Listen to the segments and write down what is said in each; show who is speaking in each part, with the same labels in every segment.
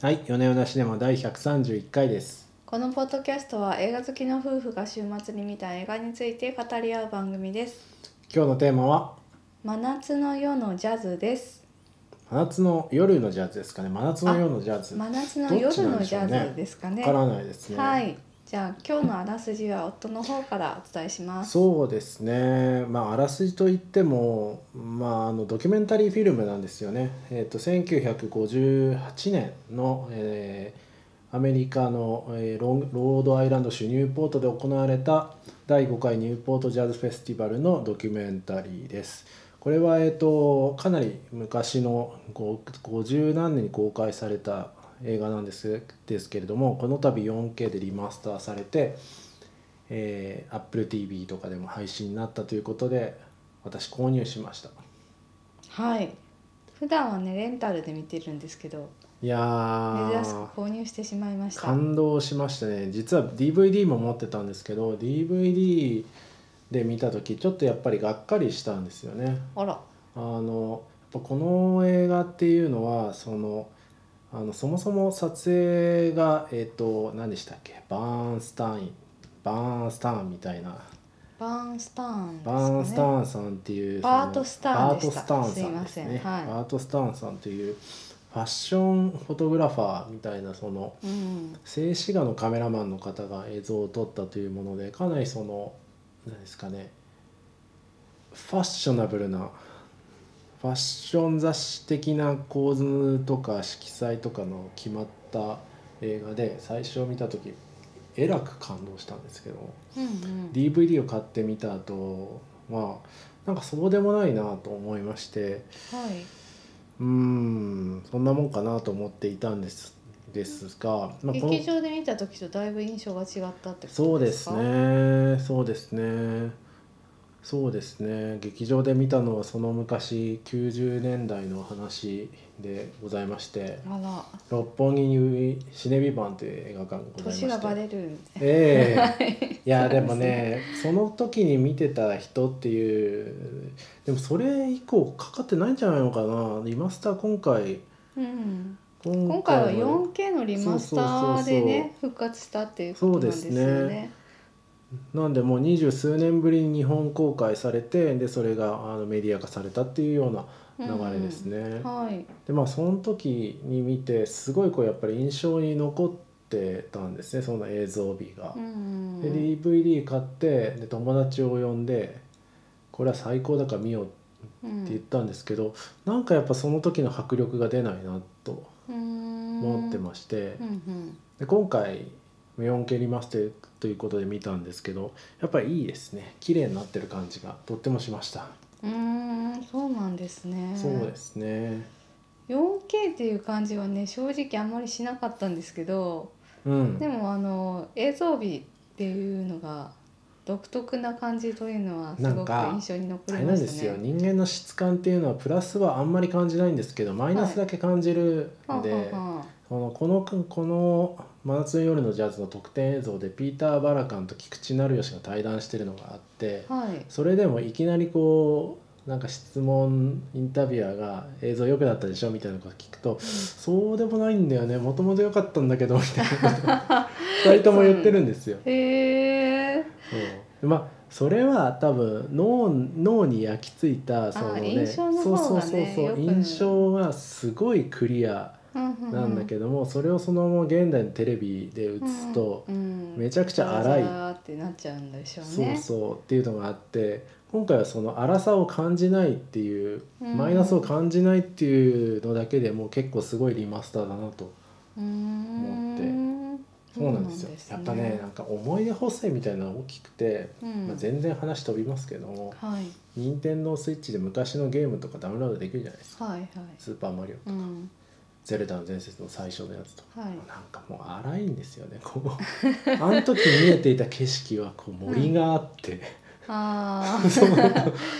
Speaker 1: はい、米夜なシネマ第131回です。
Speaker 2: このポッドキャストは映画好きの夫婦が週末に見た映画について語り合う番組です。
Speaker 1: 今日のテーマは
Speaker 2: 真夏の夜のジャズです。
Speaker 1: 真夏の夜のジャズですかね。真夏の夜のジャズ。
Speaker 2: 真夏の夜のジャズですかね。
Speaker 1: わからないですね。
Speaker 2: はい。じゃあ今日のあらすじは夫の方からお伝えします。
Speaker 1: そうですね、まあ、あらすじといっても、まあ、あのドキュメンタリーフィルムなんですよね、えっと1958年の、えーアメリカの、えーロンロードアイランド州ニューポートで行われた第5回ニューポートジャズフェスティバルのドキュメンタリーです。これは、えっとかなり昔のご50何年に公開された映画なんですですけれどもこの度 4K でリマスターされてえー、AppleTV とかでも配信になったということで私購入しました
Speaker 2: はい。普段はねレンタルで見てるんですけど、
Speaker 1: いや
Speaker 2: 珍しく
Speaker 1: ー
Speaker 2: 購入してしまいました。
Speaker 1: 感動しましたね実は DVD も持ってたんですけど DVD で見た時ちょっとやっぱりがっかりしたんですよね
Speaker 2: あら。
Speaker 1: あのやっぱこの映画っていうのはそのあのそもそも撮影がえっ、と何でしたっけバーンスタインバーンスターンみたいな
Speaker 2: バーンスターンですかね。
Speaker 1: バーンスターンさんっていう
Speaker 2: バートスターンでした
Speaker 1: バートスターンさんです
Speaker 2: すい
Speaker 1: ね
Speaker 2: ませんはい
Speaker 1: バートスターンさんというファッションフォトグラファーみたいなその
Speaker 2: うん。
Speaker 1: 静止画のカメラマンの方が映像を撮ったというものでかなりその何ですかねファッショナブルなファッション雑誌的な構図とか色彩とかの決まった映画で最初見た時えらく感動したんですけど。
Speaker 2: うんうん。
Speaker 1: DVD を買ってみた後まあなんかそうでもないなと思いまして
Speaker 2: はい。
Speaker 1: うーんそんなもんかなと思っていたんですですが、まあ、この
Speaker 2: 劇場で見た時とだいぶ印象が違ったってこ
Speaker 1: そう
Speaker 2: と
Speaker 1: で
Speaker 2: です
Speaker 1: す
Speaker 2: か
Speaker 1: ねそうですねそうですね劇場で見たのはその昔90年代の話でございまして
Speaker 2: あ
Speaker 1: 六本木にシネビバンという映画館がござい
Speaker 2: ら
Speaker 1: まして
Speaker 2: 年がバレる
Speaker 1: ええ
Speaker 2: はい
Speaker 1: いやでもねその時に見てた人っていうでもそれ以降かかってないんじゃないのかなリマスター今回
Speaker 2: うん、
Speaker 1: 今
Speaker 2: 今回は
Speaker 1: も
Speaker 2: 4K のリマスターでね復活したっていうことなんですよ
Speaker 1: そうです
Speaker 2: ね
Speaker 1: ね。なんでもう二十数年ぶりに日本公開されてでそれがあのメディア化されたっていうような流れですね。
Speaker 2: うんはい、
Speaker 1: でまあその時に見てすごいこうやっぱり印象に残ってたんですねその映像美が。
Speaker 2: うん
Speaker 1: で DVD 買ってで友達を呼んでこれは最高だから見ようって。
Speaker 2: うん
Speaker 1: って言ったんですけど、なんかやっぱその時の迫力が出ないなと思ってまして、
Speaker 2: うんうん
Speaker 1: で今回 4K リマスターということで見たんですけどやっぱりいいですね綺麗になってる感じがとってもしました、
Speaker 2: うん、うんそうなんですね。
Speaker 1: そうですね
Speaker 2: 4K っていう感じはね正直あんまりしなかったんですけど
Speaker 1: うん
Speaker 2: でもあの映像美っていうのが独特な感じというのはす
Speaker 1: なん
Speaker 2: ごく
Speaker 1: か
Speaker 2: 印象に
Speaker 1: あれ
Speaker 2: 残り
Speaker 1: な
Speaker 2: ま
Speaker 1: んで
Speaker 2: し
Speaker 1: す
Speaker 2: た
Speaker 1: よ
Speaker 2: ね。
Speaker 1: 人間の質感っていうのはプラスはあんまり感じないんですけどマイナスだけ感じる
Speaker 2: は
Speaker 1: んで、
Speaker 2: あはあは
Speaker 1: このこのこの「真夏の夜のジャズ」の特典映像でピーター・バラカンと菊池成吉が対談してるのがあって、
Speaker 2: あはい、
Speaker 1: それでもいきなりこうなんか質問インタビュアーが「映像良くなったでしょ」みたいなこと聞くと「そうでもないんだよねもともと良かったんだけど」みたいなこと 二人とも言ってるんですよ。
Speaker 2: へえ、
Speaker 1: うんまあそれは多分脳脳に焼き付いたそのね
Speaker 2: 印象の方がね
Speaker 1: そうそうそう
Speaker 2: よ
Speaker 1: そう
Speaker 2: く
Speaker 1: 印象がすごいクリア
Speaker 2: うんうう
Speaker 1: なんだけども、それをそのまま現代のテレビで映すと、
Speaker 2: うんうん
Speaker 1: めちゃくちゃ荒い
Speaker 2: ザラザラってなっちゃうんでしょう
Speaker 1: そう
Speaker 2: ね。
Speaker 1: そうっていうのがあって今回はその粗さを感じないっていう、
Speaker 2: うん
Speaker 1: マイナスを感じないっていうのだけでもう結構すごいリマスターだなと
Speaker 2: うーん
Speaker 1: そうなんですよ
Speaker 2: ね
Speaker 1: やっぱねなんか思い出補正みたいなのが大きくて、
Speaker 2: うん
Speaker 1: まあ、全然話飛びますけども
Speaker 2: はい
Speaker 1: 任天堂スイッチで昔のゲームとかダウンロードできるじゃないですか
Speaker 2: はいはい。
Speaker 1: 「スーパーマリオ」
Speaker 2: うん
Speaker 1: 「ゼルダの伝説」の最初のやつと か。
Speaker 2: はい。
Speaker 1: なんかもう荒いんですよねこうあの時見えていた景色はこう森があって、
Speaker 2: あ
Speaker 1: その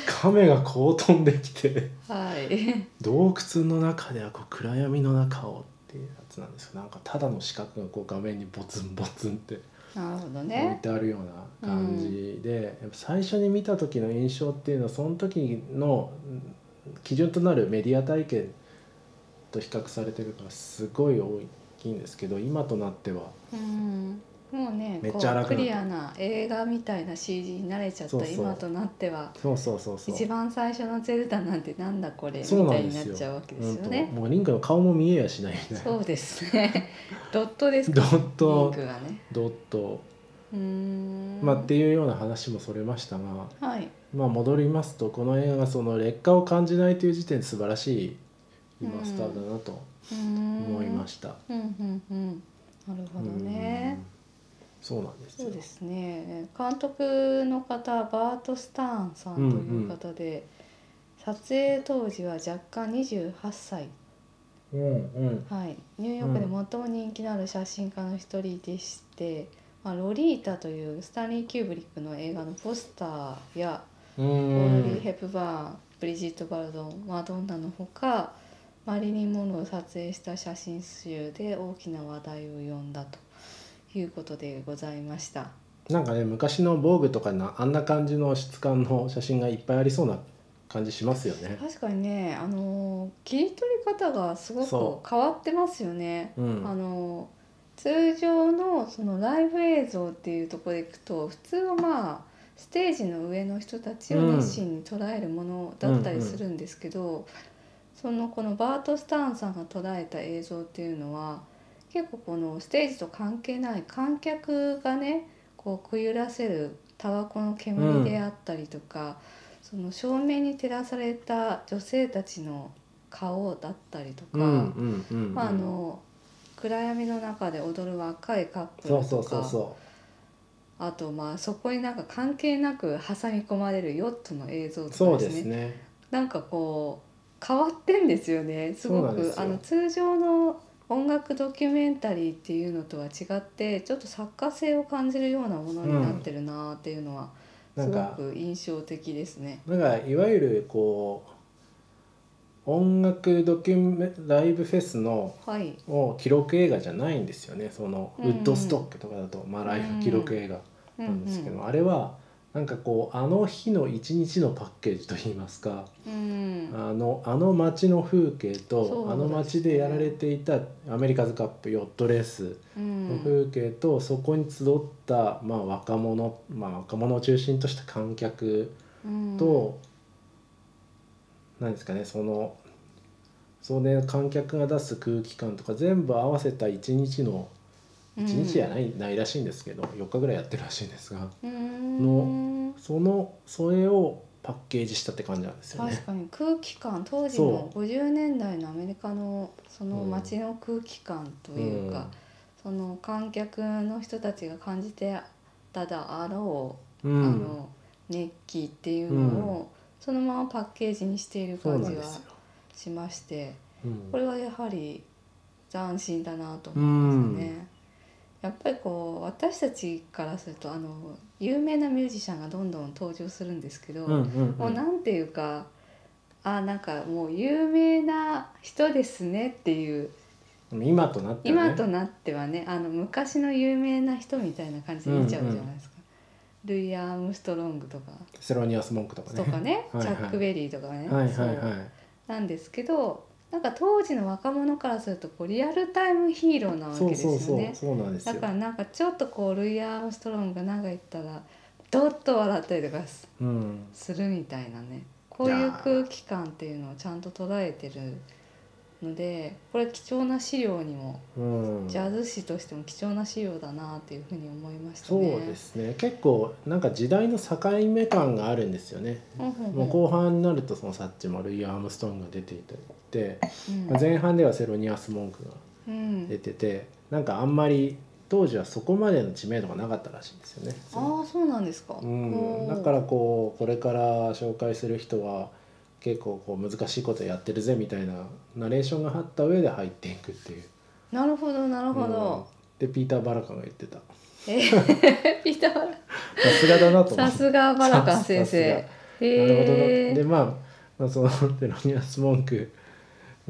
Speaker 1: 亀がこう飛んできて
Speaker 2: あはい。
Speaker 1: 洞窟の中ではこう暗闇の中をっていうやつなんですけどなんかただの四角がこう画面にボツンボツンって
Speaker 2: なるほど
Speaker 1: 置い
Speaker 2: ね。
Speaker 1: てあるような感じで、やっぱ最初に見た時の印象っていうのはその時のうん基準となるメディア体験と比較されてるからすごい多いきいんですけど今となっては
Speaker 2: うんもうね
Speaker 1: めっちゃ
Speaker 2: こう
Speaker 1: 楽
Speaker 2: ク
Speaker 1: な
Speaker 2: リアな映画みたいな CG に慣れちゃった
Speaker 1: そうそう
Speaker 2: 今となっては
Speaker 1: そうそうそうそう
Speaker 2: 一番最初の「ゼルダ」なんてなんだこれみ
Speaker 1: そうな
Speaker 2: たい
Speaker 1: ん
Speaker 2: に
Speaker 1: で
Speaker 2: なっ
Speaker 1: すよ
Speaker 2: ちゃうわけで
Speaker 1: うん
Speaker 2: す
Speaker 1: と
Speaker 2: よね。
Speaker 1: もうリンクの顔も見えやしないみたいな
Speaker 2: そうですね ドットです
Speaker 1: ド
Speaker 2: か
Speaker 1: ッ
Speaker 2: リン
Speaker 1: ト
Speaker 2: クがね。
Speaker 1: ドット、
Speaker 2: うーん
Speaker 1: まあ、っていうような話もそれましたが、
Speaker 2: はい
Speaker 1: まあ、戻りますとこの映画がその劣化を感じないという時点で素晴らしいリマスターだなと思
Speaker 2: 思
Speaker 1: いま
Speaker 2: し
Speaker 1: した。
Speaker 2: た。うんうんうん、なるほどね
Speaker 1: うん。そうなんです
Speaker 2: そう
Speaker 1: よ
Speaker 2: ですね監督の方バート・スターンさんという方で、撮影当時は若干28歳、
Speaker 1: うんうん
Speaker 2: はい、ニューヨークで最も人気のある写真家の一人でして「まあ、ロリータ」というスタンリー・キューブリックの映画のポスターや
Speaker 1: う
Speaker 2: オー
Speaker 1: ん
Speaker 2: ドリー・ヘプバーンブリジット・バルドンマドンナのほかマリリン・モンローを撮影した写真集で大きな話題を呼んだということでございました。
Speaker 1: なんかね昔の防具とかなあんな感じの質感の写真がいっぱいありそうな感じしますよね。
Speaker 2: 確かにね、あのー切り取り方がすご
Speaker 1: そ
Speaker 2: く変わってますよね。
Speaker 1: う
Speaker 2: あ
Speaker 1: ん、
Speaker 2: のー通常のそのライブ映像っていうところでいくと普通はまあステージの上の人たちを熱心に捉えるものだったりするんですけど、そのこのバート・スターンさんが捉えた映像っていうのは結構このステージと関係ない観客がねこうくゆらせるタバコの煙であったりとか、その照明に照らされた女性たちの顔だったりとか、
Speaker 1: うんうんうんうん
Speaker 2: まあ、あの暗闇の中で踊る若いカップル
Speaker 1: そ
Speaker 2: と
Speaker 1: う
Speaker 2: か
Speaker 1: そうそうそ
Speaker 2: あとまあそこになんか関係なく挟み込まれるヨットの映像
Speaker 1: う
Speaker 2: と
Speaker 1: そ
Speaker 2: か
Speaker 1: う
Speaker 2: で
Speaker 1: です
Speaker 2: ね
Speaker 1: すね。
Speaker 2: なんかこう変わってんですよねすご
Speaker 1: そうなんで
Speaker 2: く
Speaker 1: すよ
Speaker 2: あの通常の音楽ドキュメンタリーっていうのとは違ってちょっと作家性を感じるようなものになってるなっていうのは
Speaker 1: な
Speaker 2: す
Speaker 1: ん
Speaker 2: ご
Speaker 1: か
Speaker 2: く印象的ですね。
Speaker 1: なんかいわゆるこう音楽ドキュメライブフェスの
Speaker 2: はい、
Speaker 1: を記録映画じゃないんですよねそのウ
Speaker 2: うんうん
Speaker 1: ッドストックとかだと、まあライブ記録映画
Speaker 2: う
Speaker 1: なんですけど、
Speaker 2: ん
Speaker 1: あれはなんかこうあの日の一日のパッケージといいますか、
Speaker 2: うん
Speaker 1: あのあの街の風景
Speaker 2: そうです
Speaker 1: と、
Speaker 2: ね
Speaker 1: あの街でやられていたアメリカズカップヨットレース
Speaker 2: う
Speaker 1: の
Speaker 2: ん
Speaker 1: 風景と、そこに集った、まあ、若者、まあ、若者を中心とした観客
Speaker 2: うん、
Speaker 1: と、なんですかねそのそれ観客が出す空気感とか全部合わせた一日の
Speaker 2: うん
Speaker 1: 一日じゃない,、ないらしいんですけど4日ぐらいやってるらしいんですが
Speaker 2: うん
Speaker 1: そのそれをパッケージしたって感じなんですよね
Speaker 2: 確。かに空気感当時の50年代のアメリカのその街の空気感というか、その観客の人たちが感じてただあろ
Speaker 1: う
Speaker 2: う、
Speaker 1: ん
Speaker 2: あの熱気っていうのをそのままパッケージにしている
Speaker 1: そう
Speaker 2: 感
Speaker 1: なん
Speaker 2: じ
Speaker 1: で
Speaker 2: が
Speaker 1: すよ、
Speaker 2: しまして
Speaker 1: うん
Speaker 2: これはやはり斬新だなと
Speaker 1: う
Speaker 2: 思いますね。
Speaker 1: ん、
Speaker 2: やっぱりこう私たちからするとあの有名なミュージシャンがどんどん登場するんですけど、
Speaker 1: うんうん
Speaker 2: もうなんていうかあなんかもう有名な人ですねっていう
Speaker 1: うん、今となってはね
Speaker 2: 今となってはねあの昔の有名な人みたいな感じで見ちゃうじゃないですか、ルイ・アームストロングとか
Speaker 1: セロニアスモンクとかね
Speaker 2: とかね
Speaker 1: はいはい
Speaker 2: チャック・ベリーとかね、
Speaker 1: はいはい
Speaker 2: そう
Speaker 1: はい
Speaker 2: なんですけどなんか当時の若者からするとこうリアルタイムヒーローなわけ
Speaker 1: そう
Speaker 2: ですよ
Speaker 1: そう
Speaker 2: ね。
Speaker 1: そうそうなんですよ
Speaker 2: だからなんかちょっとこうルイ・アームストロングがなんか言ったらドッと笑ったりとかす
Speaker 1: うん
Speaker 2: するみたいなねこういう空気感っていうのをちゃんと捉えてるのでこれ貴重な資料にも
Speaker 1: うん
Speaker 2: ジャズ誌としても貴重な資料だなっていうふうに思いました
Speaker 1: そう
Speaker 2: ね。
Speaker 1: ですね結構なんか時代の境目感があるんですよね、
Speaker 2: うんうんうん
Speaker 1: もう後半になるとそのサッチもルイ・アームストーンが出ていたりって、
Speaker 2: うん
Speaker 1: まあ前半ではセロニアスモンクが
Speaker 2: うん
Speaker 1: 出ててなんかあんまり当時はそこまでの知名度がなかったらしいんですよね
Speaker 2: ああそうなんですか。
Speaker 1: うん、
Speaker 2: おー
Speaker 1: だからこうこれから紹介する人は結構こう難しいことやってるぜみたいなナレーションが張った上で入っていくっていう。
Speaker 2: なるほどなるほど。
Speaker 1: うんでピーター・バラカンが言ってた
Speaker 2: えー ピーターバラ
Speaker 1: さすがだなと思
Speaker 2: さ
Speaker 1: って。
Speaker 2: すがバラカン先生。
Speaker 1: さ
Speaker 2: え
Speaker 1: なるほどな
Speaker 2: ー、
Speaker 1: でまあまあそのテロニアス・モンク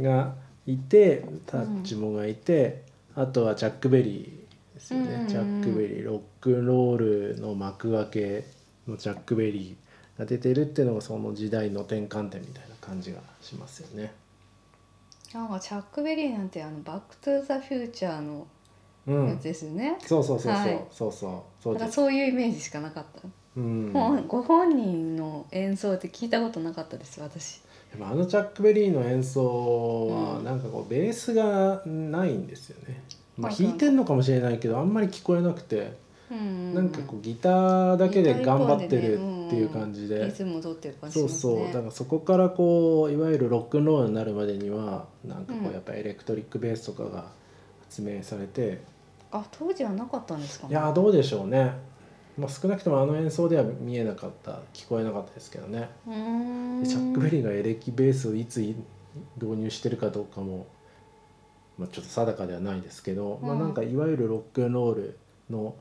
Speaker 1: がいてタッチモがいて、あとはチャック・ベリーですよね、
Speaker 2: うんうんうん
Speaker 1: チャック・ベリーロックンロールの幕開けのチャック・ベリーが出てるっていうのがその時代の転換点みたいな感じがしますよね。
Speaker 2: なんかチャックベリーなんてあのバックトゥザフューチャーの
Speaker 1: う
Speaker 2: や
Speaker 1: ん、
Speaker 2: つですよね。
Speaker 1: そうそうそうそう、
Speaker 2: はい
Speaker 1: そうそうそう
Speaker 2: だか
Speaker 1: で
Speaker 2: ら
Speaker 1: す、
Speaker 2: そういうイメージしかなかった。
Speaker 1: うん、で
Speaker 2: ほ
Speaker 1: も
Speaker 2: んご本人の演奏って聞いたことなかったです私。
Speaker 1: あのチャック・ベリーの演奏は
Speaker 2: うん
Speaker 1: なんかこうベースがないんですよね、まあ
Speaker 2: あ
Speaker 1: 弾いてんのかもしれないけどあんまり聞こえなくて、
Speaker 2: うん
Speaker 1: なんかこうギターだけで頑張ってるっていう感じで、
Speaker 2: リズムを取ってる感じ
Speaker 1: そ
Speaker 2: し
Speaker 1: う
Speaker 2: ます
Speaker 1: そう、
Speaker 2: ね。
Speaker 1: だからそこからこういわゆるロックンロールになるまでにはなんかこ
Speaker 2: う
Speaker 1: うんやっぱエレクトリックベースとかが発明されて、
Speaker 2: あ当時はなかったんですか
Speaker 1: いやーどうでしょうね、まあ、少なくともあの演奏では見えなかった聞こえなかったですけどね、
Speaker 2: うーん
Speaker 1: でチャック・ベリーがエレキベースをいつ導入してるかどうかも、まあ、ちょっと定かではないですけど、まあ、
Speaker 2: うん
Speaker 1: なんかいわゆるロックンロールの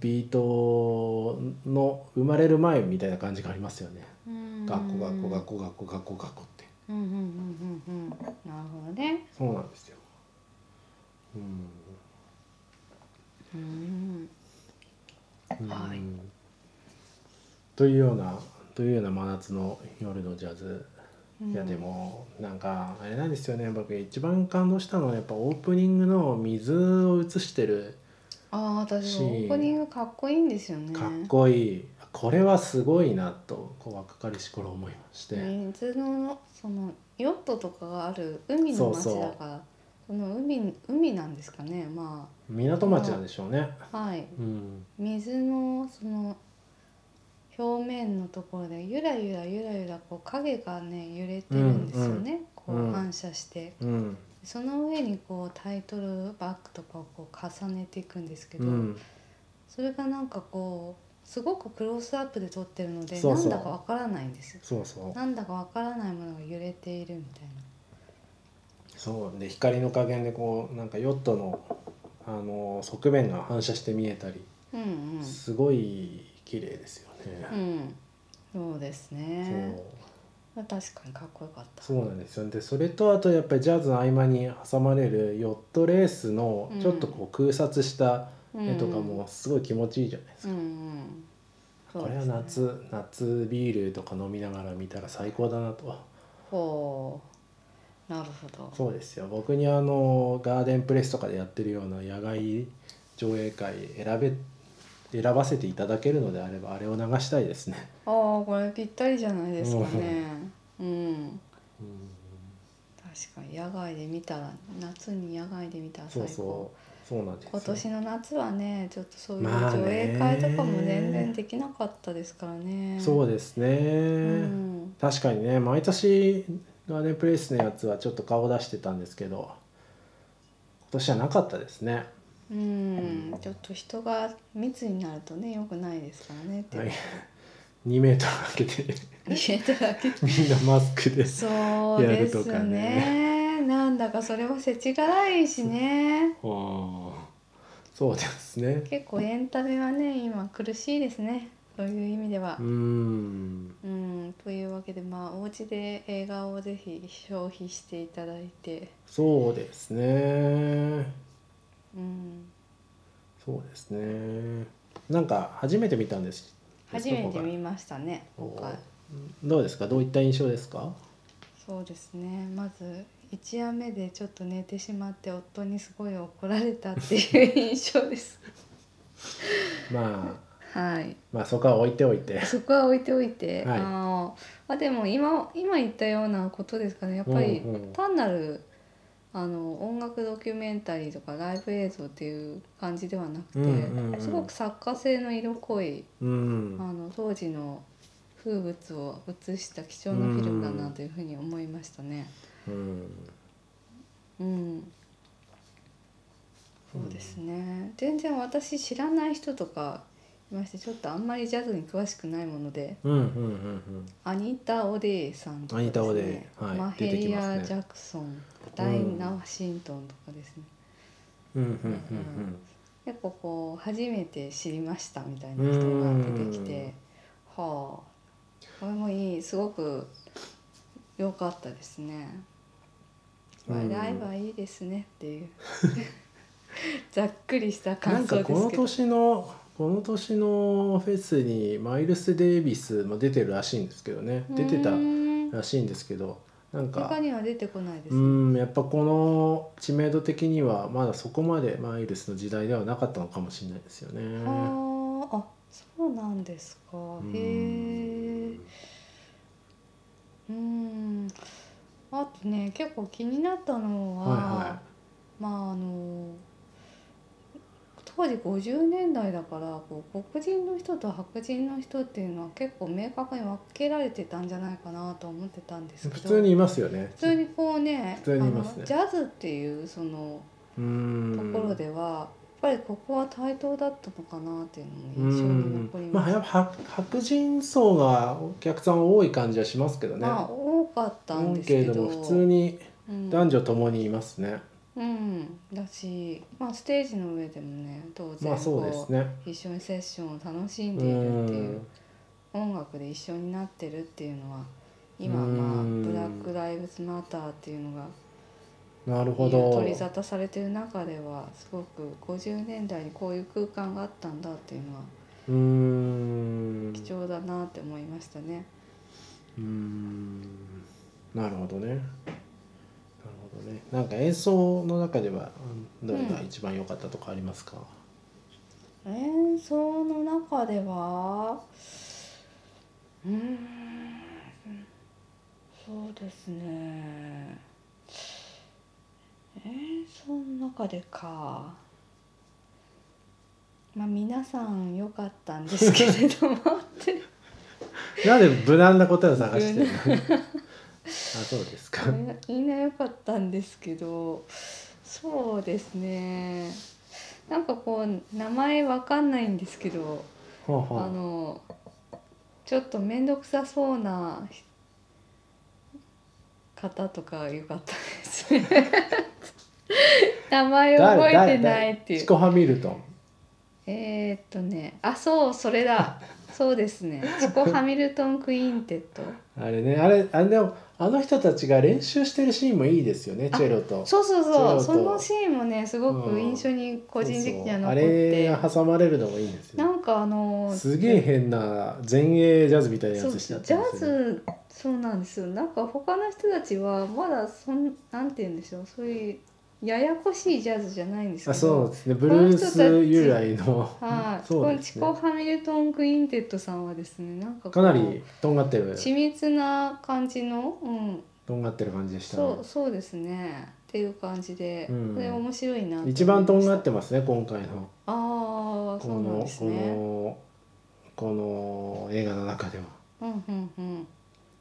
Speaker 1: ビートの生まれる前みたいな感じがありますよね。
Speaker 2: うん
Speaker 1: 学校学校学校学校学校学校って
Speaker 2: うんうんうんうんうんなるほどね
Speaker 1: そうなんですよ。うん。
Speaker 2: うん
Speaker 1: うん
Speaker 2: はい
Speaker 1: というようなというような真夏の夜のジャズ。
Speaker 2: うん
Speaker 1: いやでもなんかあれなんですよね僕一番感動したのはやっぱオープニングの水を映してる
Speaker 2: ああ私
Speaker 1: シー
Speaker 2: オ
Speaker 1: ン
Speaker 2: ープニングかっこいいんですよね
Speaker 1: かっこいい、これはすごいなとこう若かりし頃思いまして、
Speaker 2: 水のそのヨットとかがある海の町だからその海海なんですかねま
Speaker 1: 港町なんでしょうね。
Speaker 2: あはい
Speaker 1: うん、
Speaker 2: 水のその表面のところでゆらゆらゆらゆらこう影がね揺れてるんですよね、
Speaker 1: うん
Speaker 2: こう反射して、
Speaker 1: うん、
Speaker 2: その上にこうタイトルバックとかをこう重ねていくんですけ
Speaker 1: う
Speaker 2: ど、
Speaker 1: ん、
Speaker 2: それがなんかこうすごくクロスアップで撮ってるので
Speaker 1: そうそう
Speaker 2: なんだかわからないんですよ
Speaker 1: そうそう。
Speaker 2: なんだかわからないものが揺れているみたい
Speaker 1: そうで光の加減でこうなんかヨットのあの側面が反射して見えたり、
Speaker 2: なうん
Speaker 1: すごい綺麗ですよ
Speaker 2: う
Speaker 1: ね。
Speaker 2: んうんそうですね確かにかっこよかった
Speaker 1: そうそうなんですよでそれとあとやっぱりジャズの合間に挟まれるヨットレースの
Speaker 2: うん
Speaker 1: ちょっとこう空撮した絵とかもすごい気持ちいいじゃないです
Speaker 2: う
Speaker 1: か。
Speaker 2: んうんそう
Speaker 1: こ
Speaker 2: で
Speaker 1: れは
Speaker 2: すね
Speaker 1: 夏、夏ビールとか飲みながら見たら最高だなと
Speaker 2: ほうなるほど
Speaker 1: そうですよ僕にあのガーデンプレスとかでやってるような野外上映会選べ選ばせていただけるのであればあれを流したいですね。
Speaker 2: ああこれぴったりじゃないですかねうん確かに野外で見たら夏に野外で見たら
Speaker 1: そ
Speaker 2: 最高
Speaker 1: うそうそうなんですよ
Speaker 2: 今年の夏はねちょっとそういう
Speaker 1: まあね
Speaker 2: 上映会とかも全然できなかったですからね。
Speaker 1: そう
Speaker 2: で
Speaker 1: ですね、
Speaker 2: うん、
Speaker 1: 確かにね毎年ガーデンプレイスのやつはちょっと顔出してたんですけど今年はなかったですね
Speaker 2: うん、ちょっと人が密になるとね良くないですからねって、
Speaker 1: はい2メートル開けて
Speaker 2: 言えただ け
Speaker 1: みんなマスクで
Speaker 2: そう
Speaker 1: や
Speaker 2: で
Speaker 1: ると
Speaker 2: す
Speaker 1: か
Speaker 2: ねなんだかそれは世知辛いしね
Speaker 1: あそうですね
Speaker 2: 結構エンタメはね今苦しいですねそういう意味では
Speaker 1: うー。ん
Speaker 2: うん、というわけでまあお家で映画をぜひ消費していただいて、
Speaker 1: そうですね
Speaker 2: うん、
Speaker 1: そうですねなんか初めて見たんです
Speaker 2: 初めて見
Speaker 1: ま
Speaker 2: ましたね今回
Speaker 1: どうですかどういった印象ですか
Speaker 2: そうですねまず一夜目でちょっと寝てしまって夫にすごい怒られたっていう印象です
Speaker 1: まあ
Speaker 2: はい
Speaker 1: まあそこは置いておいて
Speaker 2: そこは置いておいて、
Speaker 1: はい
Speaker 2: あのあでも今今言ったようなことですかねやっぱり
Speaker 1: うんうん
Speaker 2: 単なるあの音楽ドキュメンタリーとかライブ映像っていう感じではなくて、
Speaker 1: うんうんうん
Speaker 2: すごく作家性の色濃い
Speaker 1: うん
Speaker 2: あの当時の風物を映した貴重なフィルムだなというふうに思いましたね。
Speaker 1: うん
Speaker 2: うん、そうですね全然私知らない人とかいましてちょっとあんまりジャズに詳しくないもので
Speaker 1: うんうんうん
Speaker 2: アニタ・オデイさんと
Speaker 1: ア
Speaker 2: かです、ね、
Speaker 1: ニタオデイはい
Speaker 2: マヘ
Speaker 1: 出て
Speaker 2: リ
Speaker 1: きます
Speaker 2: ア・
Speaker 1: ね
Speaker 2: ジャクソンダイナ・ワシントンとかですね、
Speaker 1: うんうんうん
Speaker 2: 結構こう初めて知りましたみたいな人が出てきてはあこれもいいすごく良かったですね。まあ、
Speaker 1: うん
Speaker 2: ライブはいいですねっていう ざっくりした
Speaker 1: うん、な
Speaker 2: 感
Speaker 1: ん
Speaker 2: 想
Speaker 1: か
Speaker 2: ですけ
Speaker 1: こ
Speaker 2: ど
Speaker 1: の年のこの年のフェスにマイルス・デイビスも出てるらしいんですけどね出てた
Speaker 2: うーん
Speaker 1: らしいんですけどなん
Speaker 2: 他
Speaker 1: か
Speaker 2: には出てこないです
Speaker 1: う
Speaker 2: ね、
Speaker 1: んやっぱこの知名度的にはまだそこまでマイルスの時代ではなかったのかもしれないですよね。
Speaker 2: はああそうなんですか
Speaker 1: うん
Speaker 2: へえうんあとね結構気になったのは、
Speaker 1: はいは
Speaker 2: まああの当時50年代だからこう黒人の人と白人の人っていうのは結構明確に分けられてたんじゃないかなと思ってたんですけど
Speaker 1: 普通にいますよね。
Speaker 2: 普通にこうね
Speaker 1: 普通にいますね
Speaker 2: あのジャズっていうその
Speaker 1: うん
Speaker 2: ところでは、やっぱりここは対等だったのかなっていう
Speaker 1: う
Speaker 2: のも印象に
Speaker 1: ん
Speaker 2: 残り
Speaker 1: ま
Speaker 2: ま
Speaker 1: あ
Speaker 2: す。
Speaker 1: やっぱ白白人層がお客さん多い感じはしますけどね。
Speaker 2: まあ多かったんです
Speaker 1: 多
Speaker 2: け
Speaker 1: い
Speaker 2: ど
Speaker 1: も普通に
Speaker 2: うん
Speaker 1: 男女ともにいますね。
Speaker 2: うん、だし、まあ、ステージの上でもね当然
Speaker 1: まあそうですね。
Speaker 2: 一緒にセッションを楽しん
Speaker 1: う
Speaker 2: でいるっていうん音楽で一緒になってるっていうのは今
Speaker 1: うん
Speaker 2: まあブラック・ライブズ・マターっていうのが
Speaker 1: なるほど。
Speaker 2: 取り沙汰されてる中ではすごく50年代にこういう空間があったんだっていうのは
Speaker 1: うん。
Speaker 2: 貴重だなって思いましたね。
Speaker 1: うーんなるほどね。なるほどね。なんか演奏の中ではうんどれが一番良かったとかありますか。
Speaker 2: 演奏の中ではうーんそうですね演奏の中でかまあ皆さん良かったんですけれどもって
Speaker 1: なんで無難な答えを探してるの。 あそうですか。う
Speaker 2: みんな良かったんですけどそうですねなんかこう名前わかんないんですけど
Speaker 1: ほうほ
Speaker 2: あ
Speaker 1: う。
Speaker 2: のちょっと面倒くさそうな方とか良かったですね名前覚えてないってい
Speaker 1: チ
Speaker 2: う
Speaker 1: コハミルトン。
Speaker 2: えー、っとねあそうそれだそうですねチコ・ハミルトン・クインテッ ド
Speaker 1: あれねあれあれでもあの人たちが練習してるシーンもいいですよねチェロと。
Speaker 2: そうそうそう
Speaker 1: そ
Speaker 2: そう
Speaker 1: そう
Speaker 2: のシーンもねすごく印象に個人的には
Speaker 1: そうそう
Speaker 2: 残
Speaker 1: あ
Speaker 2: っ
Speaker 1: れ
Speaker 2: て
Speaker 1: が挟まれるのもいいんです
Speaker 2: な
Speaker 1: よ。
Speaker 2: んかあの
Speaker 1: すげえ変な前衛ジャズみたいなや
Speaker 2: そう
Speaker 1: つし
Speaker 2: ジ
Speaker 1: ちゃ
Speaker 2: ャ
Speaker 1: ったんですよね。
Speaker 2: ズそうなんですよなんか他の人たちはまだそんなんて言うんでしょうそういうややこしいジャズじゃないんですけ
Speaker 1: あ
Speaker 2: ど
Speaker 1: そうですねブルース由来の。
Speaker 2: はい、
Speaker 1: そ
Speaker 2: こ
Speaker 1: う
Speaker 2: の
Speaker 1: で
Speaker 2: チ
Speaker 1: すね
Speaker 2: コ・ハミルトン・クインテッドさんはですねなんかこう
Speaker 1: かなりとんがってる
Speaker 2: 緻密な感じの、うん、
Speaker 1: とんがってる感じでしたね、
Speaker 2: そうそうですねっていう感じで、
Speaker 1: うん
Speaker 2: これ面白いなと思いました
Speaker 1: 一番とんがってますね今回の
Speaker 2: ああ
Speaker 1: こ
Speaker 2: そうなん
Speaker 1: の、
Speaker 2: です
Speaker 1: こ
Speaker 2: ね
Speaker 1: のこの映画の中では
Speaker 2: うんうんうん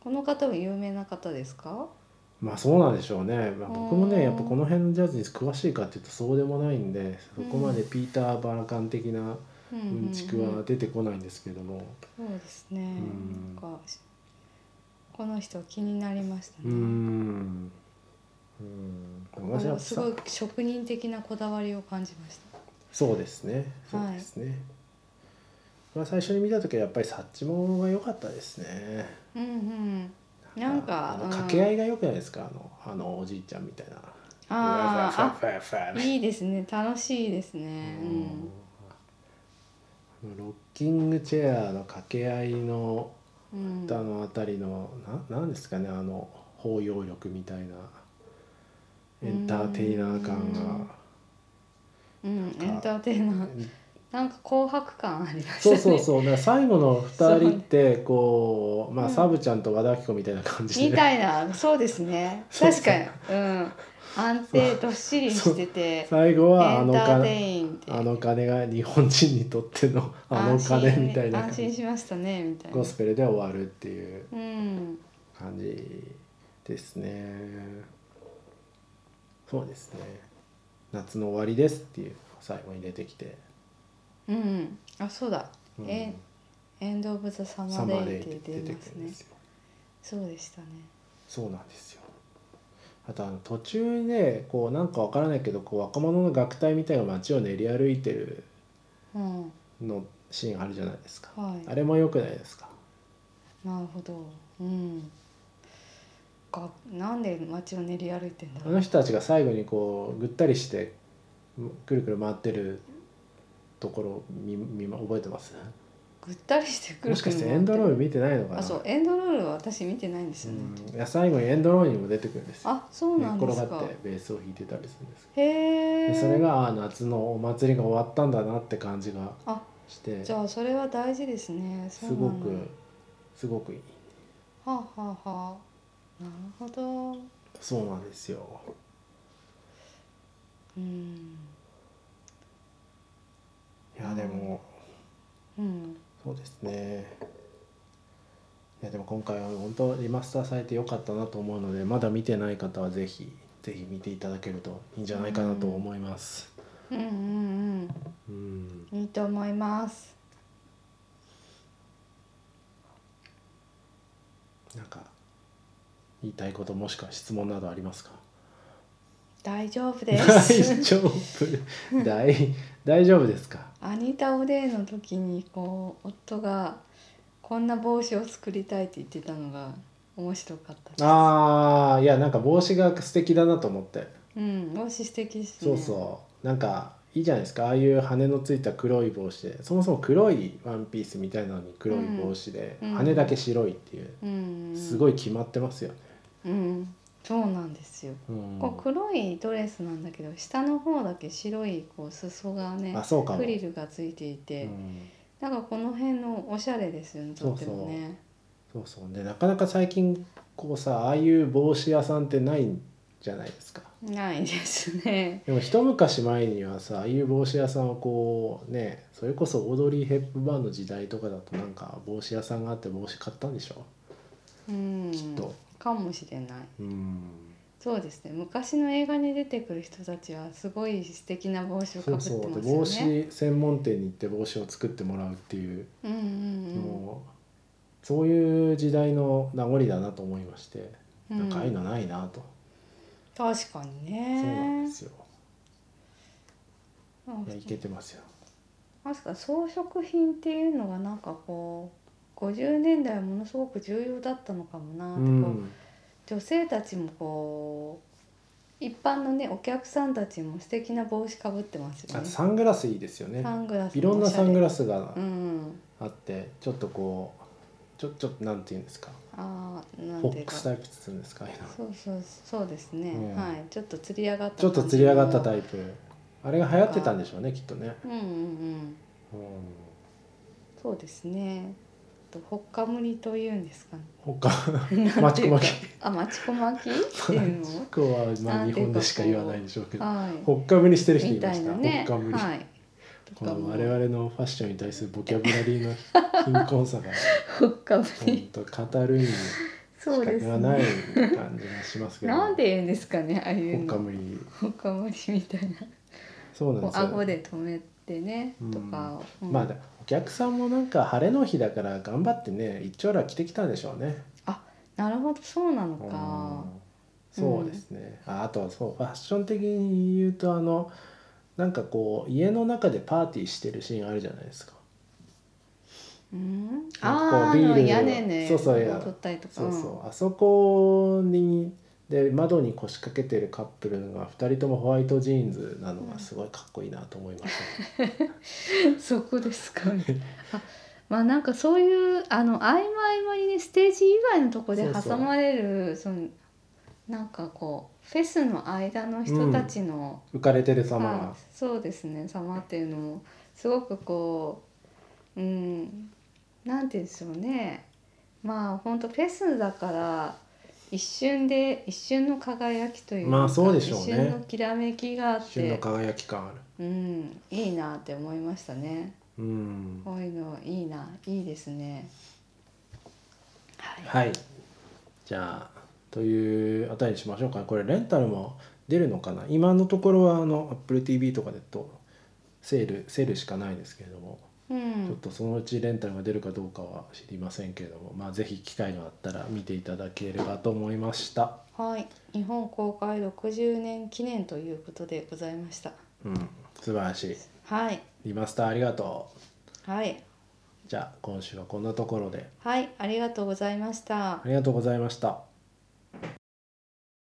Speaker 2: この方は有名な方ですか
Speaker 1: まあそうなんでしょうね、まあ、僕も
Speaker 2: うん
Speaker 1: ねやっぱこの辺のジャズに詳しいかっていうとそうでもないんでそこまでピーター・バラカン的な
Speaker 2: うん
Speaker 1: うん
Speaker 2: ううん
Speaker 1: んちくは出てこないんですけども
Speaker 2: そうですね。
Speaker 1: ん
Speaker 2: なんかこの人気になりました
Speaker 1: う
Speaker 2: ね。
Speaker 1: ーんうん
Speaker 2: あ
Speaker 1: 私は
Speaker 2: のす
Speaker 1: さ
Speaker 2: ごい職人的なこだわりを感じました。
Speaker 1: そうですねそうですね、まあ最初に見た時はやっぱりサッチモが良かったですね
Speaker 2: うんうん。なんか
Speaker 1: あの
Speaker 2: うん
Speaker 1: 掛け合いが良くないですかあのあのおじいちゃんみたいなファ
Speaker 2: あ
Speaker 1: ファファ
Speaker 2: ー
Speaker 1: フ
Speaker 2: あ、
Speaker 1: ァ
Speaker 2: いいですね。楽しいですね。う
Speaker 1: うん
Speaker 2: ん
Speaker 1: あのロッキングチェアの掛け合いの
Speaker 2: うん。
Speaker 1: 歌のあたりの、ななんですかねあの包容力みたいなエンターテイナー感が
Speaker 2: うん、エンターテイナー。なんか紅白感あります
Speaker 1: そう
Speaker 2: ね。
Speaker 1: そうそうだから最後の2人ってこうまあ
Speaker 2: うん
Speaker 1: サブちゃんと和田アキ子みたいな感じで、
Speaker 2: みたいな、そうですね。
Speaker 1: そうそう
Speaker 2: 確かに。うん。安定どっしりしてて。
Speaker 1: 最後
Speaker 2: エ
Speaker 1: はあ
Speaker 2: ン
Speaker 1: の
Speaker 2: ター
Speaker 1: か
Speaker 2: テインって。
Speaker 1: あの金が日本人にとってのあの金みたいな
Speaker 2: 安
Speaker 1: 感
Speaker 2: 心
Speaker 1: じ
Speaker 2: しましたねみたいな
Speaker 1: ゴスペルで終わるっていう
Speaker 2: うん
Speaker 1: 感じですねそうですね夏の終わりですっていう最後に出てきて、
Speaker 2: うんあそうだ
Speaker 1: うん
Speaker 2: えエンド・オブ・ザ・サマ
Speaker 1: サマ
Speaker 2: ー
Speaker 1: ー
Speaker 2: デ
Speaker 1: デ
Speaker 2: イ
Speaker 1: イ
Speaker 2: っ
Speaker 1: ってて出
Speaker 2: 出
Speaker 1: て
Speaker 2: ま
Speaker 1: く
Speaker 2: す
Speaker 1: るん
Speaker 2: ね
Speaker 1: ですよ
Speaker 2: そうでしたね
Speaker 1: そうなんですよあとあの途中でこうなんかわからないけどこう若者の楽隊みたいな街を練り歩いてる
Speaker 2: うん
Speaker 1: のシーンあるじゃないですか、
Speaker 2: はい
Speaker 1: あれも良くないですか
Speaker 2: なるほどうんがなんで街を練り歩いてんだ
Speaker 1: あ
Speaker 2: ろう
Speaker 1: の人たちが最後にこうぐったりしてくるくる回ってるところ見見ま覚えてます
Speaker 2: ぐったりしてくる
Speaker 1: もしかしてエンドロール見てないのかな
Speaker 2: あそうエンドロールは私見てないんですよね、
Speaker 1: うん、いや最後にエンドロールにも出てくるんですよ
Speaker 2: あそう
Speaker 1: 寝っ
Speaker 2: なんで
Speaker 1: 転
Speaker 2: す
Speaker 1: がっ
Speaker 2: か
Speaker 1: てベースを弾いてたりするんです
Speaker 2: へえ
Speaker 1: でそれがああ夏のお祭りが終わったんだなって感じが
Speaker 2: あ
Speaker 1: して
Speaker 2: じゃあそれは大事ですねそう
Speaker 1: す
Speaker 2: なん
Speaker 1: ご
Speaker 2: だ
Speaker 1: くすごくいい
Speaker 2: はあ、はあはあ、なるほど
Speaker 1: そうなんですよ
Speaker 2: うん
Speaker 1: いやでも
Speaker 2: うん
Speaker 1: そうですねいやでも今回は本当リマスターされてよかったなと思うのでまだ見てない方はぜひぜひ見ていただけるといいんじゃないかなと思います
Speaker 2: うんうん
Speaker 1: うん
Speaker 2: うんいいと思います
Speaker 1: なんか言いたいこともしくは質問などありますか
Speaker 2: 大丈夫で
Speaker 1: 大
Speaker 2: す
Speaker 1: 丈夫大大丈夫ですか
Speaker 2: アニタオデーの時にこう夫がこんな帽子を作りたいって言ってたのが面白かったです
Speaker 1: あーいやなんか帽子が素敵だなと思って、
Speaker 2: うん帽子素敵ですね
Speaker 1: そうそうなんかいいじゃないですかああいう羽のついた黒い帽子でそもそも黒いワンピースみたいなのに黒い帽子で、
Speaker 2: うん
Speaker 1: 羽だけ白いっていう、
Speaker 2: う、うん、
Speaker 1: すごい決まってますよね、
Speaker 2: うんそうなんですよ
Speaker 1: うん
Speaker 2: こう黒いドレスなんだけど下の方だけ白いこう裾がね
Speaker 1: あそうかも
Speaker 2: フリルがついていうて、
Speaker 1: ん
Speaker 2: なんかこの辺のおしゃれですよねとってもね
Speaker 1: そうそうでなかなか最近こうさああいう帽子屋さんってないんじゃないですか
Speaker 2: ないですね
Speaker 1: でも一昔前にはさああいう帽子屋さんはこうねそれこそオードリー・ヘップバーンの時代とかだとなんか帽子屋さんがあって帽子買ったんでしょ
Speaker 2: うん
Speaker 1: きっと
Speaker 2: かもしれない
Speaker 1: うん
Speaker 2: そうですね昔の映画に出てくる人たちはすごい素敵な帽子をか
Speaker 1: そう
Speaker 2: ぶってます
Speaker 1: そ
Speaker 2: よ
Speaker 1: う
Speaker 2: ね
Speaker 1: で帽子専門店に行って帽子を作ってもらうっていう、
Speaker 2: うんうん
Speaker 1: もうそういう時代の名残だなと思いまして、
Speaker 2: うん
Speaker 1: なんかああいう
Speaker 2: うん
Speaker 1: のないなと、
Speaker 2: 確かにね
Speaker 1: そうなんですよ
Speaker 2: なん
Speaker 1: い
Speaker 2: か
Speaker 1: やいけてますよ
Speaker 2: 確か装飾品っていうのがなんかこう50年代はものすごく重要だったのかもな
Speaker 1: う
Speaker 2: ってこう、
Speaker 1: ん
Speaker 2: 女性たちもこう一般のねお客さんたちも素敵な帽子かぶってますよ
Speaker 1: あ
Speaker 2: ね。
Speaker 1: サングラスいいですよね
Speaker 2: サングラス
Speaker 1: いろんなサング
Speaker 2: ラ
Speaker 1: ラスが
Speaker 2: うん。
Speaker 1: あって、ちょっとこうちょちょっとなんていうんですか
Speaker 2: ああなん
Speaker 1: フォ
Speaker 2: ていう
Speaker 1: ック
Speaker 2: か。
Speaker 1: ス
Speaker 2: そ
Speaker 1: タ
Speaker 2: う
Speaker 1: イプって言うんですかああいうの
Speaker 2: そうそうですね、
Speaker 1: うん
Speaker 2: はいちょっと釣り上がった
Speaker 1: ちょっと釣り上がったタ
Speaker 2: イ
Speaker 1: イプあれが流行ってたんでしょうねきっとね、
Speaker 2: プうんうんうん
Speaker 1: うん、
Speaker 2: そうですねあとほっかむりというんですかね
Speaker 1: 他
Speaker 2: なんていう
Speaker 1: マチコ
Speaker 2: か
Speaker 1: マキ
Speaker 2: あまちこまきっていうのを
Speaker 1: 僕はまあ日本でしか言わないでしょうけど
Speaker 2: は
Speaker 1: ほっかむりしてる
Speaker 2: い
Speaker 1: 人い
Speaker 2: み
Speaker 1: ま
Speaker 2: たい
Speaker 1: した。
Speaker 2: なね
Speaker 1: ほっかむり。
Speaker 2: はい
Speaker 1: この
Speaker 2: も
Speaker 1: 我々のファッションに対するボキャブラリーの貧困さが
Speaker 2: ほっかむり
Speaker 1: 本当語る意味
Speaker 2: そうで
Speaker 1: に
Speaker 2: す
Speaker 1: し
Speaker 2: ね
Speaker 1: かない感じがしますけど。
Speaker 2: なんで言うんですかねああい
Speaker 1: ほ
Speaker 2: う
Speaker 1: っか
Speaker 2: の
Speaker 1: むり。
Speaker 2: ほっかむりみたいな
Speaker 1: そうなん
Speaker 2: こ
Speaker 1: で
Speaker 2: う
Speaker 1: すよ。
Speaker 2: 顎で止めてね
Speaker 1: うん
Speaker 2: とか、うん
Speaker 1: まあお客さんもなんか晴れの日だから頑張ってね一丁羅着てきたんでしょうね。
Speaker 2: なるほどそうなの
Speaker 1: うん
Speaker 2: か
Speaker 1: そうですね。ああとはそうファッション的に言うとあのなんかこう家の中でパーティーしてるシーンあるじゃないですか。
Speaker 2: うん
Speaker 1: なんかこう
Speaker 2: あーあ
Speaker 1: ビール
Speaker 2: の屋根ね
Speaker 1: そうそうや
Speaker 2: こ取ったりとか
Speaker 1: そうそう、あそこにで窓に腰掛けてるカップルが2人ともホワイトジーンズなのがすごいかっこいいなと思いまし
Speaker 2: うん そこですか ねあまあなんかそういうあの合間合間にねステージ以外のとこで
Speaker 1: そうそう
Speaker 2: 挟まれるそのなんかこうフェスの間の人たちの、
Speaker 1: た浮かれてる様
Speaker 2: は
Speaker 1: が
Speaker 2: い、そうですね様っていうのもすごくこううんなんて言うんでしょうねまあ本当フェスだから一瞬で一瞬の輝きというか
Speaker 1: まあそうでしょうね
Speaker 2: 一瞬のきらめきがあっ
Speaker 1: 一瞬の
Speaker 2: て、
Speaker 1: 輝き感ある
Speaker 2: うん、いいなって思いましたね
Speaker 1: うん
Speaker 2: こういうのいいないいですねはい、
Speaker 1: はいじゃあというあたりにしましょうかこれレンタルも出るのかな今のところはあの AppleTV とかでとセールセールしかないですけれども、
Speaker 2: う
Speaker 1: ちょっ
Speaker 2: ん、
Speaker 1: とそのうちレンタルが出るかどうかは知りませんけれどもまあ是非機会があったら見ていただければと思いました。
Speaker 2: はい日本公開60年記念ということでございました
Speaker 1: うん、素晴らしい。
Speaker 2: はい
Speaker 1: リマスターありがと
Speaker 2: はい、
Speaker 1: う。じゃあ今週はこんなところで
Speaker 2: はい、ありがとうございました
Speaker 1: あ。りがとうございました。